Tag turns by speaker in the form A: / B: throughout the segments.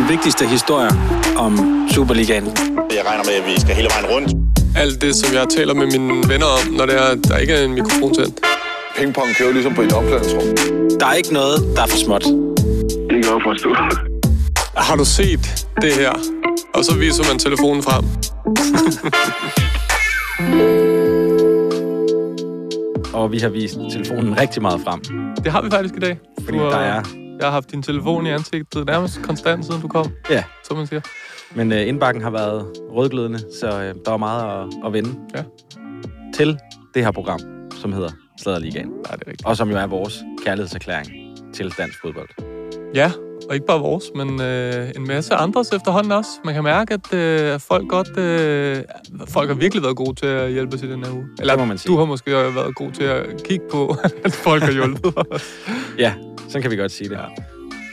A: De vigtigste historier om Superligaen.
B: Jeg regner med, at vi skal hele vejen rundt.
C: Alt det, som jeg taler med mine venner om, når det er, der ikke er en mikrofon tændt.
D: Pingpong kører ligesom på et omklædningsrum.
A: Der er ikke noget, der er for småt.
E: Det kan jeg godt forstå.
C: Har du set det her? Og så viser man telefonen frem.
A: Og vi har vist telefonen rigtig meget frem.
C: Det har vi faktisk i dag.
A: Fordi der er...
C: Jeg har haft din telefon i ansigtet nærmest konstant, siden du kom,
A: Ja,
C: som man siger.
A: men øh, indbakken har været rødglødende, så øh, der var meget at, at vende
C: Ja.
A: til det her program, som hedder Sladderligaen.
C: Nej, det er rigtigt.
A: Og som jo er vores kærlighedserklæring til dansk fodbold.
C: Ja, og ikke bare vores, men øh, en masse andres efterhånden også. Man kan mærke, at øh, folk godt... Øh, folk har virkelig været gode til at hjælpe os i den her uge. Eller
A: Det må man sige.
C: du har måske været god til at kigge på, at folk har hjulpet os.
A: Ja, sådan kan vi godt sige det.
C: Ja.
A: Ja.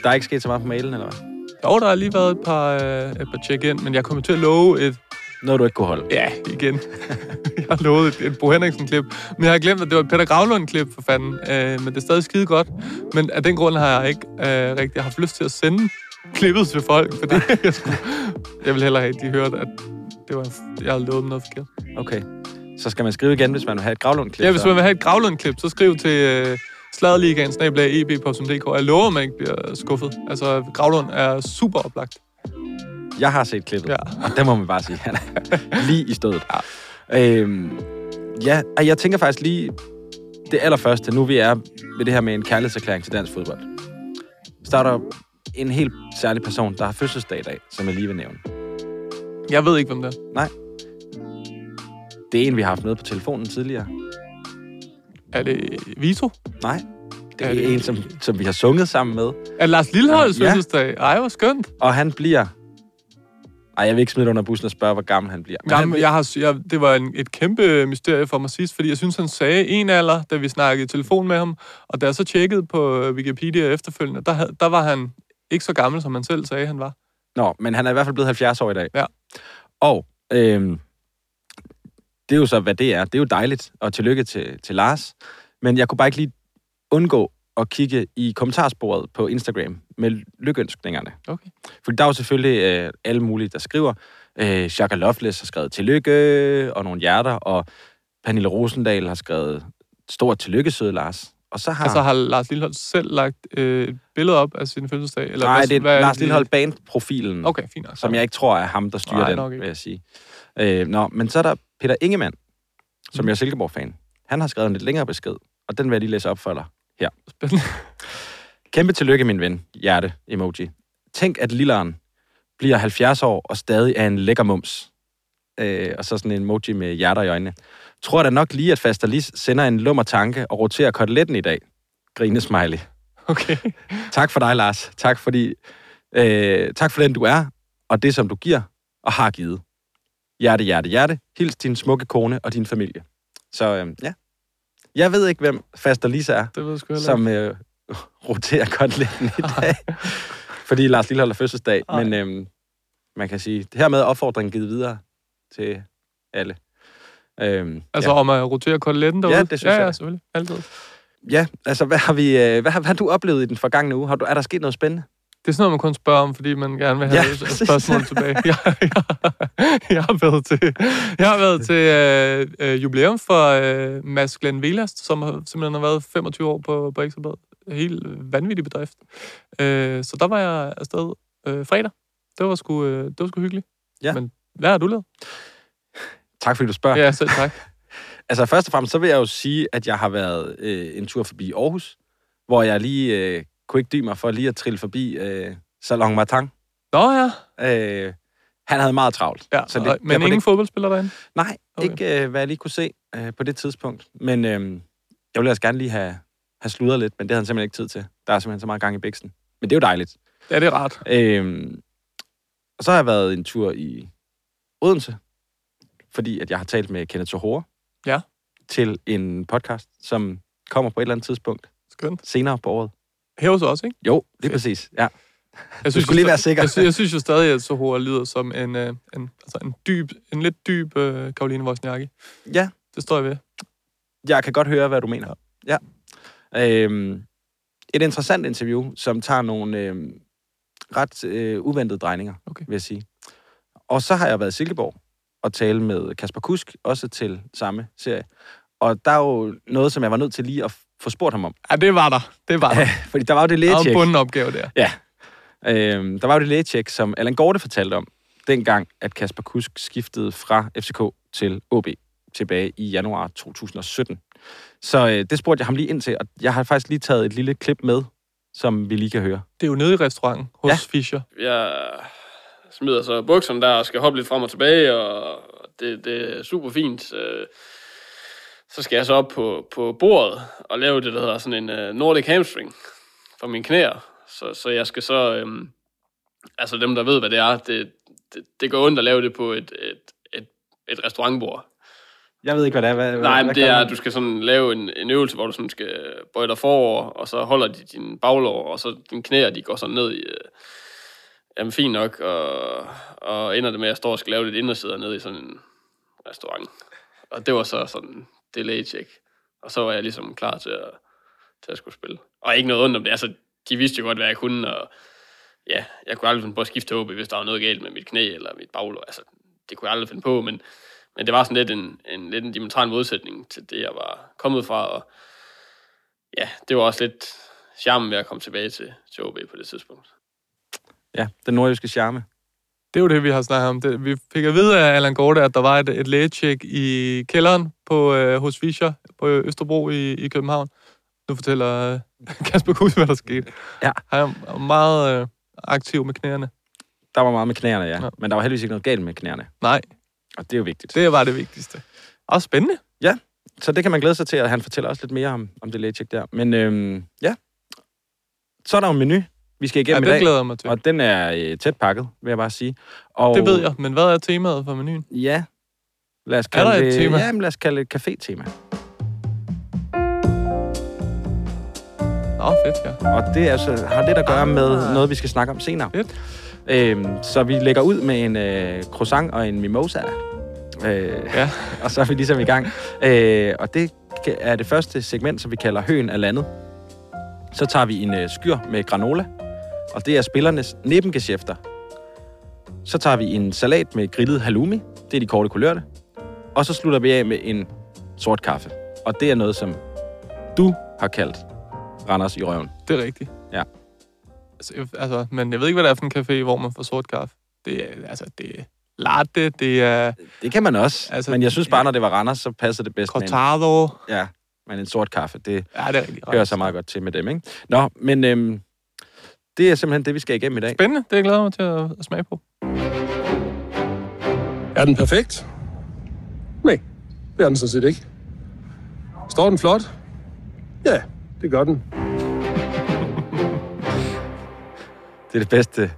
A: Der er ikke sket så meget på mailen, eller hvad?
C: Jo, der har lige været et par, øh, et par check-in, men jeg kommer til at love et...
A: Noget, du ikke kunne holde.
C: Ja, igen. jeg har lovet et, et Bo Henriksen-klip, men jeg har glemt, at det var et Peter Gravlund-klip, for fanden. Øh, men det er stadig skide godt. Men af den grund har jeg ikke øh, rigtig haft lyst til at sende klippet til folk, fordi jeg, skulle, jeg ville hellere have, at de hørte, at det var, jeg havde lovet dem noget forkert.
A: Okay. Så skal man skrive igen, hvis man vil have et gravlund-klip.
C: Ja, hvis
A: så-
C: man vil have et Gravlund-klib, så skriv til øh, E sladerligaen-eb.dk. Jeg lover, at man ikke bliver skuffet. Altså, Gravlund er super oplagt.
A: Jeg har set klippet,
C: Ja.
A: ja. og det må man bare sige. Han er lige i stedet. Ja. Øhm, ja, og jeg tænker faktisk lige det allerførste, nu vi er ved det her med en kærlighedserklæring til dansk fodbold. Starter en helt særlig person, der har fødselsdag i dag, som jeg lige vil nævne.
C: Jeg ved ikke, hvem det er.
A: Det er en, vi har haft med på telefonen tidligere.
C: Er det Vito?
A: Nej, det er,
C: Er
A: er
C: det-
A: det... en, som, som vi har sunget sammen med.
C: Er det Lars Lilleholds ja.
A: Ja.
C: fødselsdag? Ej, hvor skønt.
A: Og han bliver... Ej, jeg vil ikke smide det under bussen og spørge, hvor gammel han bliver. Men han
C: Jamen,
A: bliver...
C: jeg har, jeg, det var en, et kæmpe mysterie for mig sidst, fordi jeg synes, han sagde en alder, da vi snakkede i telefon med ham, og da jeg så tjekkede på øh, Wikipedia efterfølgende, der, havde- der var han ikke så gammel, som han selv sagde, han var.
A: Nå, men han er i hvert fald blevet 70 år i dag.
C: Ja.
A: Og øhm, det er jo så, hvad det er. Det er jo dejligt, og tillykke til, til Lars. Men jeg kunne bare ikke lige undgå at kigge i kommentarsporet på Instagram med lykønskningerne.
C: Okay.
A: For der er jo selvfølgelig øh, alle mulige, der skriver. Øh, Shaka Loveless har skrevet tillykke, og nogle hjerter, og Pernille Rosendal har skrevet stort tillykke, søde Lars. Og så har...
C: Altså har Lars Lillehold selv lagt øh, et billede op af sin fødselsdag? Eller
A: nej,
C: hvad-
A: det er
C: hvad
A: Lars Lillehold Band-profilen.
C: Okay, fint nok.
A: som jeg ikke tror er ham, der styrer
C: Nej,
A: Nej, den,
C: nok ikke.
A: vil jeg sige. Øh, nå, men så er der Peter Ingemann,
C: Mm.
A: som jeg er Silkeborg-fan. Han har skrevet en lidt længere besked, og den vil jeg lige læse op for dig her.
C: Spændende.
A: Kæmpe tillykke, min ven. Hjerte-emoji. Tænk, at lilleren bliver 70 år og stadig er en lækker mums. Øh, og så sådan en emoji med hjerter i øjnene. Tror da nok lige, at Faster Lis sender en lummer tanke og roterer koteletten i dag. Grine smiley.
C: Okay.
A: Tak for dig, Lars. Tak, fordi, øh, tak for den, du er, og det, som du giver og har givet. Hjerte, hjerte, hjerte. Hils din smukke kone og din familie. Så øh, ja. Jeg ved ikke, hvem Faster Lisa er,
C: Det ved jeg sgu heller ikke.
A: som øh, roterer koteletten i dag. fordi Lars Lillehold har fødselsdag.
C: Ej.
A: Men øh, man kan sige, hermed er opfordringen givet videre til alle. Øh,
C: Altså
A: ja.
C: om at rotere koteletten derude?
A: det synes
C: ja,
A: jeg
C: Ja,
A: da.
C: selvfølgelig. Altid.
A: ja, altså hvad har, vi, øh, hvad, har, hvad har du oplevet i den forgangne uge? Har du, er der sket noget spændende?
C: Det er sådan noget, man kun spørger om, fordi man gerne vil have
A: Ja,
C: ja, et
A: præcis.
C: spørgsmål tilbage. Jeg, jeg, jeg, har været til, jeg har været til øh, øh, jubilæum for øh, Mads Glenn Velast, som har, simpelthen har været 25 år på, på Ekstrabladet. Helt vanvittig bedrift. Øh, så der var jeg afsted øh, fredag. Det var sgu, øh, det var sgu hyggeligt.
A: Ja.
C: Men hvad har du lavet?
A: Tak fordi du spørger.
C: Ja, selv tak.
A: Altså først og fremmest, så vil jeg jo sige, at jeg har været øh, en tur forbi Aarhus, hvor jeg lige øh, kunne ikke dy mig for lige at trille forbi øh, Salon Martin.
C: Nå ja,
A: Øh, han havde meget travlt.
C: ja. Så det, men
A: derfor
C: ingen
A: det,
C: fodboldspiller derinde?
A: Nej,
C: Okay.
A: okay. ikke øh, hvad jeg lige kunne se øh, på det tidspunkt. Men øh, jeg ville altså gerne lige have, have sludret lidt, men det havde han simpelthen ikke tid til. Der er simpelthen så meget gang i biksen. Men det er jo dejligt.
C: Ja, det er rart.
A: Øh, og så har jeg været en tur i Odense, fordi at jeg har talt med Kenneth Sohore
C: Ja.
A: til en podcast, som kommer på et eller andet tidspunkt
C: Skønt.
A: senere på året.
C: Hæves også, ikke?
A: Jo, lige
C: Fedt.
A: præcis. Ja.
C: Jeg
A: skulle lige
C: jo
A: være
C: sta-
A: sikker.
C: Jeg, sy- jeg synes jo stadig, at Sohora lyder som en, øh, en, altså en, dyb, en lidt dyb øh, Karoline Wozniacki.
A: Ja.
C: Det står jeg ved.
A: Jeg kan godt høre, hvad du mener. Ja. Øhm, et interessant interview, som tager nogle øhm, ret øh, uventede drejninger,
C: Okay.
A: okay. vil jeg sige. Og så har jeg været i Silkeborg og tale med Kasper Kusk, også til samme serie. Og der er jo noget, som jeg var nødt til lige at f- få spurgt ham om.
C: Ja, det var der. Det var der.
A: Fordi der var jo det
C: Der var en
A: lægetjek.
C: bunden opgave der.
A: Øhm, der var jo det lægetjek, som Allan Gorte fortalte om, dengang, at Kasper Kusk skiftede fra FCK til OB tilbage i januar 2017. Så øh, det spurgte jeg ham lige ind til, og jeg har faktisk lige taget et lille klip med, som vi lige kan høre.
C: Det er jo nede i restauranten hos
A: Ja.
C: ja. Fischer.
F: jeg smider så bukserne der og skal hoppe lidt frem og tilbage, og det, det er super fint. Øh, Så skal jeg så op på, på bordet og lave det, der hedder sådan en øh, Nordic hamstring for mine knæer. Så, så jeg skal så... Øhm, altså dem, der ved, hvad det er, det, det, det går ondt at lave det på et, et, et, et restaurantbord.
A: Jeg ved ikke, hvad det er. Hvad,
F: Nej,
A: hvad,
F: men
A: hvad
F: det er,
A: gør
F: at
A: man?
F: du skal sådan lave en, en øvelse, hvor du sådan skal bøje dig forover, og så holder de din baglår, og så din knæer, de går sådan ned i... Øh, jamen, fint nok, og, og ender det med, at jeg står og skal lave lidt indersider ned i sådan en restaurant. Og det var så sådan det lægecheck. Og så var jeg ligesom klar til at, til at skulle spille. Og ikke noget ondt om det. Altså, de vidste jo godt, hvad jeg kunne, og ja, jeg kunne aldrig finde på at skifte OB, hvis der var noget galt med mit knæ eller mit baglår. Altså, det kunne jeg aldrig finde på, men, men det var sådan lidt en, en, lidt en dimensional modsætning til det, jeg var kommet fra, og ja, det var også lidt charmen ved at komme tilbage til, til OB på det tidspunkt.
A: Ja, den nordjyske charme.
C: Det er jo det, vi har snakket om. Det, vi fik at vide af Allan Gorte, at der var et, et lægecheck i kælderen på, øh, hos Fischer på øh, Østerbro i, i København. Nu fortæller øh, Kasper Kuss, hvad der skete.
A: Ja.
C: Han er meget øh, aktiv med knæerne.
A: Der var meget med knæerne, ja.
C: Ja.
A: ja. Men der var heldigvis ikke noget galt med knæerne,
C: Nej,
A: og det er jo vigtigt. Det.
C: det var det vigtigste. Og spændende.
A: Så det kan man glæde sig til, at han fortæller også lidt mere om, om det lægetjek der. Men øhm, ja, så er der jo en menu, vi skal
C: Ja,
A: igennem i
C: det
A: dag.
C: glæder jeg mig til.
A: Og den er øh, tæt pakket, vil jeg bare sige. Og,
C: Det ved jeg, men hvad er temaet for menuen?
A: Ja. Lad os
C: Er
A: kalde
C: der et
A: det,
C: tema?
A: Ja, men lad os kalde det et café-tema.
C: Nå, fedt, ja.
A: Og det er altså, har lidt at gøre med noget, vi skal snakke om senere.
C: Ah. Fedt.
A: Øhm, så vi lægger ud med en øh, croissant og en mimosa. Øh,
C: Ja.
A: og så er vi ligesom i gang. Øh, og det kan- er det første segment, som vi kalder Høen af landet. Så tager vi en øh, skyr med granola, og det er spillernes nebengeschæfter. Så tager vi en salat med grillet halloumi, det er de korte kulørte. Og så slutter vi af med en sort kaffe. Og det er noget, som du har kaldt Randers i røven.
C: Det er rigtigt.
A: Ja.
C: Altså, jeg- altså, men jeg ved ikke, hvad det er for en café, hvor man får sort kaffe. Det er, altså, det er latte, det er
A: Det kan man også,
C: Altså,
A: altså, men jeg synes bare,
C: ja.
A: når det var Randers, så passer det bedst med en,
C: cortado.
A: ja, men en sort kaffe.
C: Ja,
A: Det
C: det er rigtigt.
A: hører så meget godt til med dem, ikke? Nå, men øhm, det er simpelthen det, vi skal igennem i dag.
C: Spændende, det glæder jeg mig til at- at smage på.
G: Er den perfekt? Nej, det er den sådan set ikke. Står den flot? Ja, det gør den.
A: Det er det bedste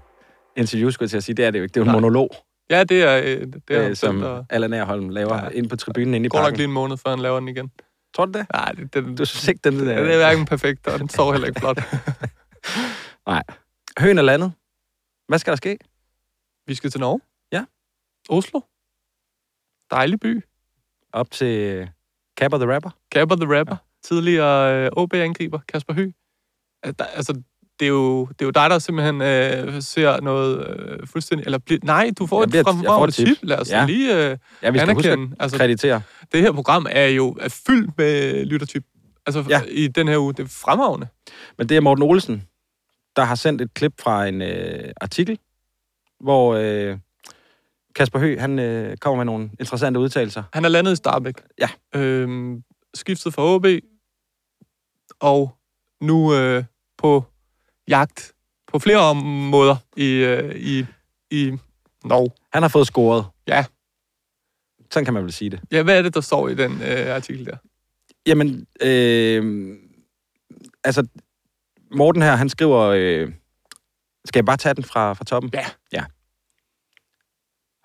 A: interview, skulle jeg til at sige. Det er det jo ikke. Det er jo en monolog,
C: Ja, det er... øh, Det er
A: øh, som Allan Erholm laver
C: Ja.
A: ja. inde på tribunen inde i
C: går nok lige
A: parken.
C: en måned, før han laver den igen.
A: Tror du det?
C: Nej, det, den,
A: Du synes ikke, den der...
C: den er hverken perfekt, og den står heller ikke flot.
A: Nej. Høen er landet. Hvad skal der ske?
C: Vi skal til Norge.
A: Ja.
C: Oslo. Dejlig by.
A: Op til øh, Kapper the Rapper.
C: Gabber the Rapper. Tidligere øh, OB-angriber, Kasper Høgh. Al- der- Altså, det er, jo, det er jo dig, der simpelthen øh, ser noget øh, fuldstændig... Eller, bli, nej, du får
A: Jeg bliver-
C: et
A: jeg får et
C: fremragende
A: tip.
C: tip. Lad os
A: Ja.
C: lige øh,
A: Ja, vi skal huske
C: anerkende.
A: at
C: Altså,
A: kreditere.
C: det her program er jo er fyldt med lyttertyp. Altså, ja.
A: Ja.
C: i den her uge. Det er fremragende.
A: Men det er Morten Olsen, der har sendt et klip fra en øh, artikel, hvor øh, Kasper Høgh, han øh, kommer med nogle interessante udtalelser.
C: Han er landet i Starbæk.
A: Ja.
C: Øhm, skiftet fra OB, og nu øh, på jagt på flere områder i, øh, i, i Norge.
A: Han har fået scoret.
C: Ja.
A: Sådan kan man vel sige det.
C: Ja, hvad er det, der står i den øh, artikel der?
A: Jamen, øh, altså, Morten her, han skriver... Øh, skal jeg bare tage den fra, fra toppen?
C: Ja.
A: Ja.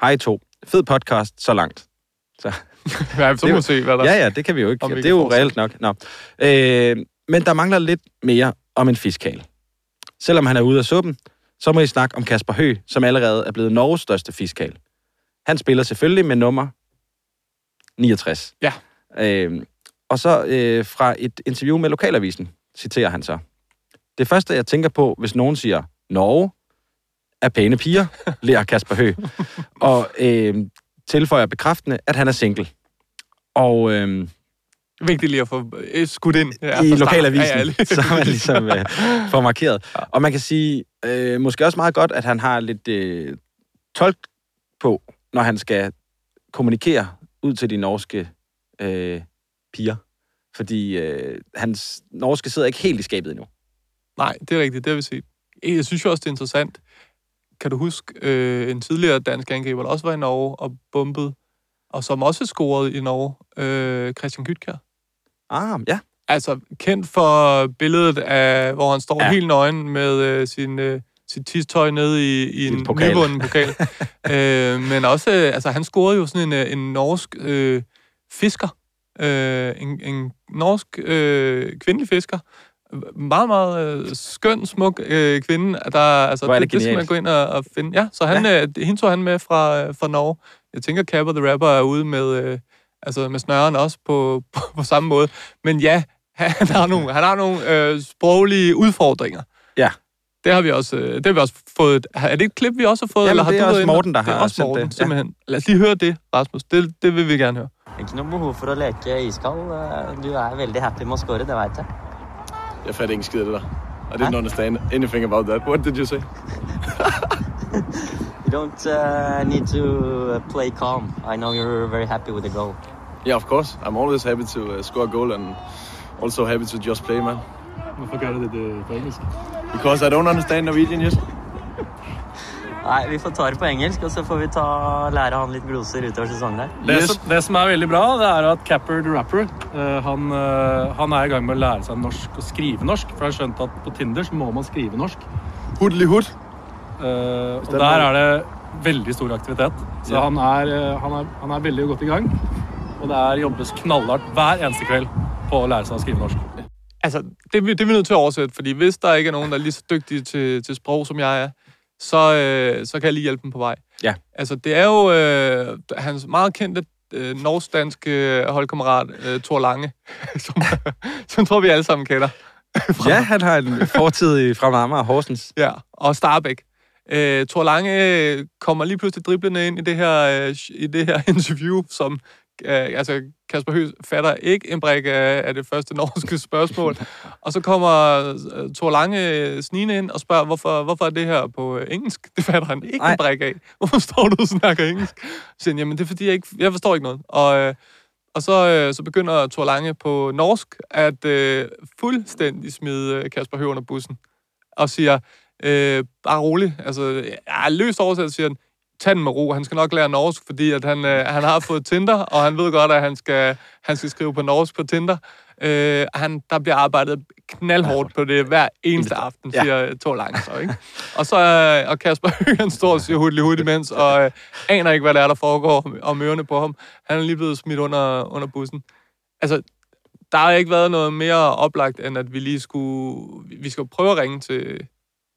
A: Hej to. Fed podcast, så langt.
C: Ja, så
A: Det
C: må
A: er
C: vi se, hvad der
A: Ja, ja, det kan vi jo ikke.
C: Om vi
A: Ja, det
C: kan
A: er jo
C: fortsætte.
A: reelt nok. Nå. Øh, men der mangler lidt mere om en fiskal. Selvom han er ude af suppen, så må I snakke om Kasper Hø, som allerede er blevet Norges største fiskal. Han spiller selvfølgelig med nummer 69.
C: Ja.
A: Øh, og så øh, fra et interview med Lokalavisen, citerer han så. Det første, jeg tænker på, hvis nogen siger Norge, af pæne piger, lærer Kasper Hø. Og øh, tilføjer bekræftende, at han er single. Og øh,
C: Vigtigt lige at få øh, skudt ind. Ja,
A: i
C: fra start.
A: lokalavisen,
C: Ja, ja, lige-
A: så man ligesom øh, får markeret. Og man kan sige, øh, måske også meget godt, at han har lidt øh, tolk på, når han skal kommunikere ud til de norske øh, piger. Fordi øh, hans norske sidder ikke helt i skabet endnu.
C: Nej, det er rigtigt, det har vi set. Eh, Jeg synes jo også, det er interessant. Kan du huske øh, en tidligere dansk angriber, der også var i Norge og bumpede, og som også scorede i Norge, øh, Christian Gytkjær?
A: Ah, ja.
C: Altså, kendt for billedet af, hvor han står
A: Ja.
C: ja. helt nøgen med øh, sin, øh, sit tistøj nede i, i en
A: en pokal.
C: nyvunden pokal. øh, men også, øh, altså han scorede jo sådan en, øh, en norsk øh, fisker. Øh, en, en norsk øh, kvindelig fisker. Meget, meget øh, skøn, smuk øh, kvinde. Der, altså,
A: Hvor er det
C: det skal man
A: genialt.
C: gå ind og, og finde. Ja, så han, ja. Øh, hende tog han med fra, øh, fra Norge. Jeg tænker, Kappa the Rapper er ude med, øh, altså med snøren også på, på, på samme måde. Men ja, han har nogle, han har nogle øh, sproglige udfordringer.
A: Ja.
C: Det har vi også, øh, det har vi også fået. Er det et klip, vi også har fået?
A: Jamen,
C: har
A: det
C: du
A: er
C: været
A: også
C: inde-
A: Morten, der
C: det er
A: har
C: også
A: sendt
C: Morten,
A: det. Ja.
C: simpelthen. Lad os lige høre det, Rasmus. Det, det vil vi gerne høre.
H: Ikke noe behov for å leke iskald. Eh, Du er veldig happy med å score, det veit jeg.
D: Jeg fatter ikke en skid af det der. I didn't understand anything about that. What did you say?
H: You don't eh, need to play calm. I know you're very happy with the goal.
D: Yeah, of course. I'm always happy to uh, score a goal and also happy to just play, man. Hvorfor gør du det på engelsk? Because I don't understand Norwegian yet.
H: Nei, vi får ta det på engelsk, og så får vi ta, lære han litt gloser utover sesongen her.
I: Det,
D: Yes.
I: som, det som er veldig bra, det er at Capper the Rapper eh, han, eh, han er i gang med å lære seg norsk og skrive norsk. For jeg har skjønt at på Tinder så må man skrive norsk.
D: Hoodly hood.
I: Eh, og der er det veldig stor aktivitet. Så
D: Ja.
I: han, er, eh, han, er, han er veldig godt i gang. Og det er jobbes knallhardt hver eneste kveld på å lære seg å skrive norsk.
C: Altså, det, er vi- det er vi nødt til at oversætte, fordi hvis der ikke er nogen, der er lige så dygtige til, til sprog, som jeg er, så, øh, så kan jeg lige hjælpe dem på vej.
A: Ja.
C: Altså, det er jo øh, hans meget kendte øh, norsk-danske øh, holdkammerat, øh, Thor Lange, som, som tror vi alle sammen kender.
A: Ja, han har en fortid i- fra Marmar og Horsens.
C: Ja, og Starbæk. Øh, Thor Lange øh, kommer lige pludselig driblende ind i det her, øh, i det her interview, som øh, altså Kasper Høgh fatter ikke en brik af, af det første norske spørgsmål. og så kommer øh, Thor Lange øh, snigende ind og spørger, hvorfor, hvorfor er det her på øh, engelsk? Det fatter han ikke
A: Nej.
C: en brik af. Hvorfor står du og snakker engelsk? Så siger han, jamen det er fordi, jeg, ikke, jeg forstår ikke noget. Og, øh, og så, øh, så begynder Thor Lange på norsk at øh, fuldstændig smide øh, Kasper Høgh under bussen og siger, øh, bare rolig, altså, ja, løst oversat siger han, tag den med ro, han skal nok lære norsk, fordi at han, øh, han har fået Tinder, og han ved godt, at han skal, han skal skrive på norsk på Tinder. Øh, han, der bliver arbejdet knaldhårdt på det hver eneste aften,
A: Ja.
C: siger ja. Thor Lange så, ikke? Og så øh, og Kasper Høgh, han står og siger hudlig hud imens, og øh, aner ikke, hvad der er, der foregår om ørerne på ham. Han er lige blevet smidt under, under bussen. Altså, der har ikke været noget mere oplagt, end at vi lige skulle... vi- Vi skal jo prøve at ringe til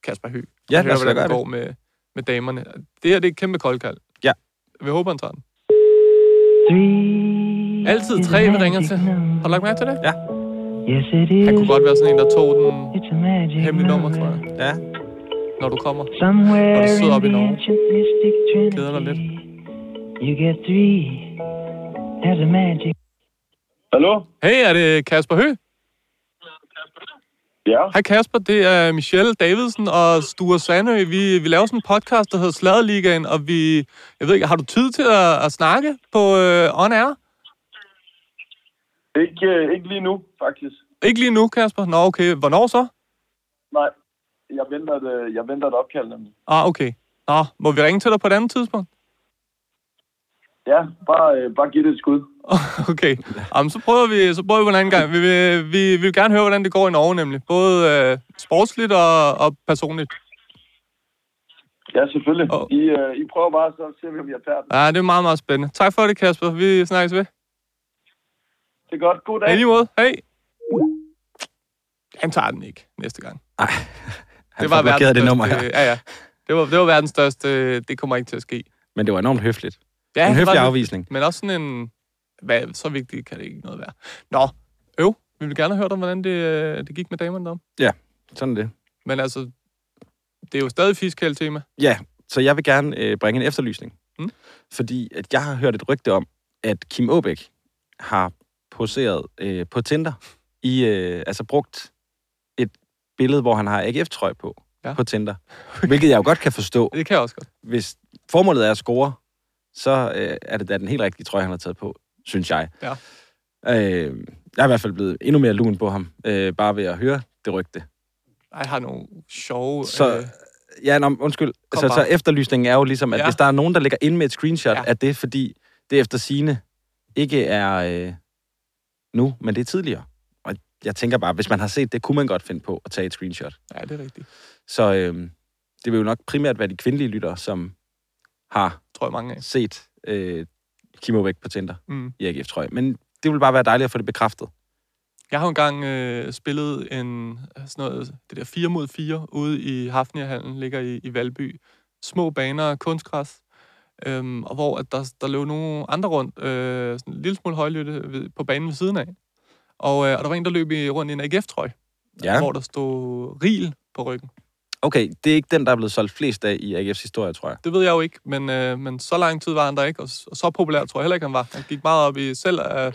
C: Kasper Høgh.
A: Ja,
C: og
A: lad
C: høre,
A: os da
C: hvordan
A: gøre
C: det
A: det.
C: går med, med damerne. Det her, det er et kæmpe koldkald.
A: Ja.
C: Vi håber, han tager den. Altid tre, vi ringer til. Har du lagt mærke til det?
A: Ja.
C: Han kunne godt være sådan en, der tog den hemmelige nummer, tror jeg,
A: Ja.
C: når du kommer. Når du sidder oppe i Norge. Keder dig lidt.
E: Hallo?
C: Hey, er det Kasper Høgh?
E: Ja,
C: Hej Kasper, det er Michelle Davidsen og Sture Sandø. Vi, vi laver sådan en podcast, der hedder Sladerligaen, og vi... Jeg ved ikke, har du tid til at, at snakke på øh, On Air?
E: ikke, øh, ikke lige nu, faktisk.
C: Ikke lige nu, Kasper. Nå, okay. Hvornår så?
E: Nej, jeg venter et, øh, jeg venter et opkald nemlig.
C: Ah, okay. Nå, må vi ringe til dig på et andet tidspunkt?
E: Ja, bare, øh, bare giv det et skud.
C: Okay. Jamen, så prøver vi, så prøver vi på en anden gang. Vi vil, vi, vi vil gerne høre, hvordan det går i Norge, nemlig. Både øh, sportsligt og, og personligt.
E: Ja, selvfølgelig.
C: Og-
E: I, øh, I prøver bare, så ser vi, om jeg tager den.
C: Ja, det er meget, meget spændende. Tak for det, Kasper. Vi snakkes ved.
E: Det er godt. God
C: Ja, i
E: dag.
C: lige måde. Hej. Han tager den ikke næste gang.
A: Ej, han det var blokeret det nummer her.
C: største- Ja, ja. Det var, det var verdens største... Det kommer ikke til at ske.
A: Men det var enormt høfligt.
C: Ja, det
A: en
C: var
A: høflig
C: det.
A: afvisning.
C: Men også sådan en... Hvad, så vigtigt kan det ikke noget være. Nå, øv. Vi vil gerne høre dig, om, hvordan det, øh, det gik med damerne derom.
A: Ja, sådan er det.
C: Men altså, det er jo stadig fiskehældtema.
A: Ja, så jeg vil gerne øh, bringe en efterlysning.
C: Mm.
A: Fordi at jeg har hørt et rygte om, at Kim Åbæk har poseret øh, på Tinder. I, øh, altså brugt et billede, hvor han har AGF-trøje på
C: Ja.
A: ja. på Tinder. Hvilket jeg jo godt kan forstå.
C: Det kan jeg også godt.
A: Hvis formålet er at score, så øh, er det da den helt rigtige trøje, han har taget på, synes jeg.
C: Ja.
A: Øh, jeg er i hvert fald blevet endnu mere lun på ham, øh, bare ved at høre det rygte.
C: Jeg har nogle sjove...
A: Så-
C: øh,
A: Ja, nå, men undskyld.
C: Kom
A: Så, så
C: bare.
A: efterlysningen er jo ligesom, at
C: Ja.
A: ja. hvis der er nogen, der ligger inde med et screenshot
C: Ja.
A: ja. af det, fordi det efter sine ikke er øh, nu, men det er tidligere. Og jeg tænker bare, hvis man har set det, kunne man godt finde på at tage et screenshot.
C: ja, det er rigtigt.
A: Så øh, det vil jo nok primært være de kvindelige lyttere, som har
C: Tror jeg mange af.
A: set øh, Kim Ovek på Tinder
C: Mm.
A: i AGF, tror jeg. Men det vil bare være dejligt at få det bekræftet.
C: Jeg har jo engang øh, spillet en, sådan noget, det der 4 mod 4 ude i Hafniahallen, ligger i, i Valby. Små baner, kunstgræs. Øhm, og hvor at der, der løb nogle andre rundt, øh, sådan en lille smule højlytte ved, på banen ved siden af. Og, øh, og der var en, der løb i, rundt i en AGF-trøje, ja. hvor der stod Ril på ryggen.
A: Okay, det er ikke den, der er blevet solgt flest af i AGF's historie, tror jeg.
C: Det ved jeg jo ikke, men, øh, men så lang tid var han der ikke, og, s- og så populær tror jeg heller ikke, han var. Han gik meget op i selv øh,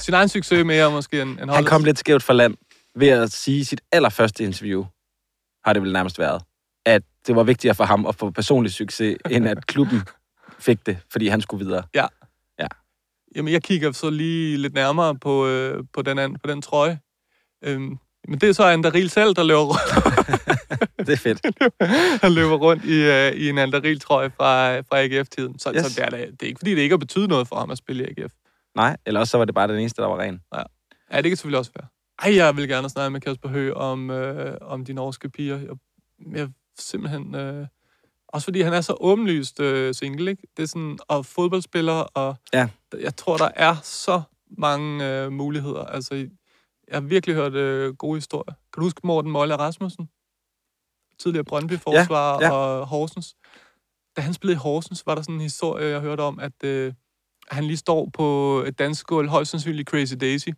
C: sin egen succes mere måske end, end
A: Han
C: holdets.
A: kom lidt skævt fra land ved at sige i sit allerførste interview, har det vel nærmest været, at det var vigtigere for ham at få personlig succes, end at klubben fik det, fordi han skulle videre.
C: Jamen, jeg kigger så lige lidt nærmere på, øh, på, den, an, på den trøje. Øhm, men det er så Anderil selv, der løber, rundt-
A: Det er fedt.
C: der løber rundt i, øh, i en Anderil-trøje fra, øh, fra AGF-tiden. Så, yes.
A: Yes.
C: så det, er, da- det er ikke, fordi det ikke har betydet noget for ham at spille i AGF.
A: Nej, eller også så var det bare den eneste, der var ren.
C: Ja, det kan selvfølgelig også være. Ej, jeg vil gerne snakke med Kasper Høgh om, øh, om de norske piger. Jeg, jeg simpelthen... Øh, også fordi han er så åbenlyst øh, single, ikke? Det er sådan, og fodboldspiller, og
A: Ja.
C: jeg tror, der er så mange øh, muligheder. Altså, jeg har virkelig hørt øh, gode historier. Kan du huske Morten Møller Rasmussen? Tidligere Brøndby-forsvarer
A: Ja, ja.
C: og Horsens. Da han spillede i Horsens, var der sådan en historie, jeg hørte om, at øh, han lige står på et dansk gulv, højst sandsynligt Crazy Daisy.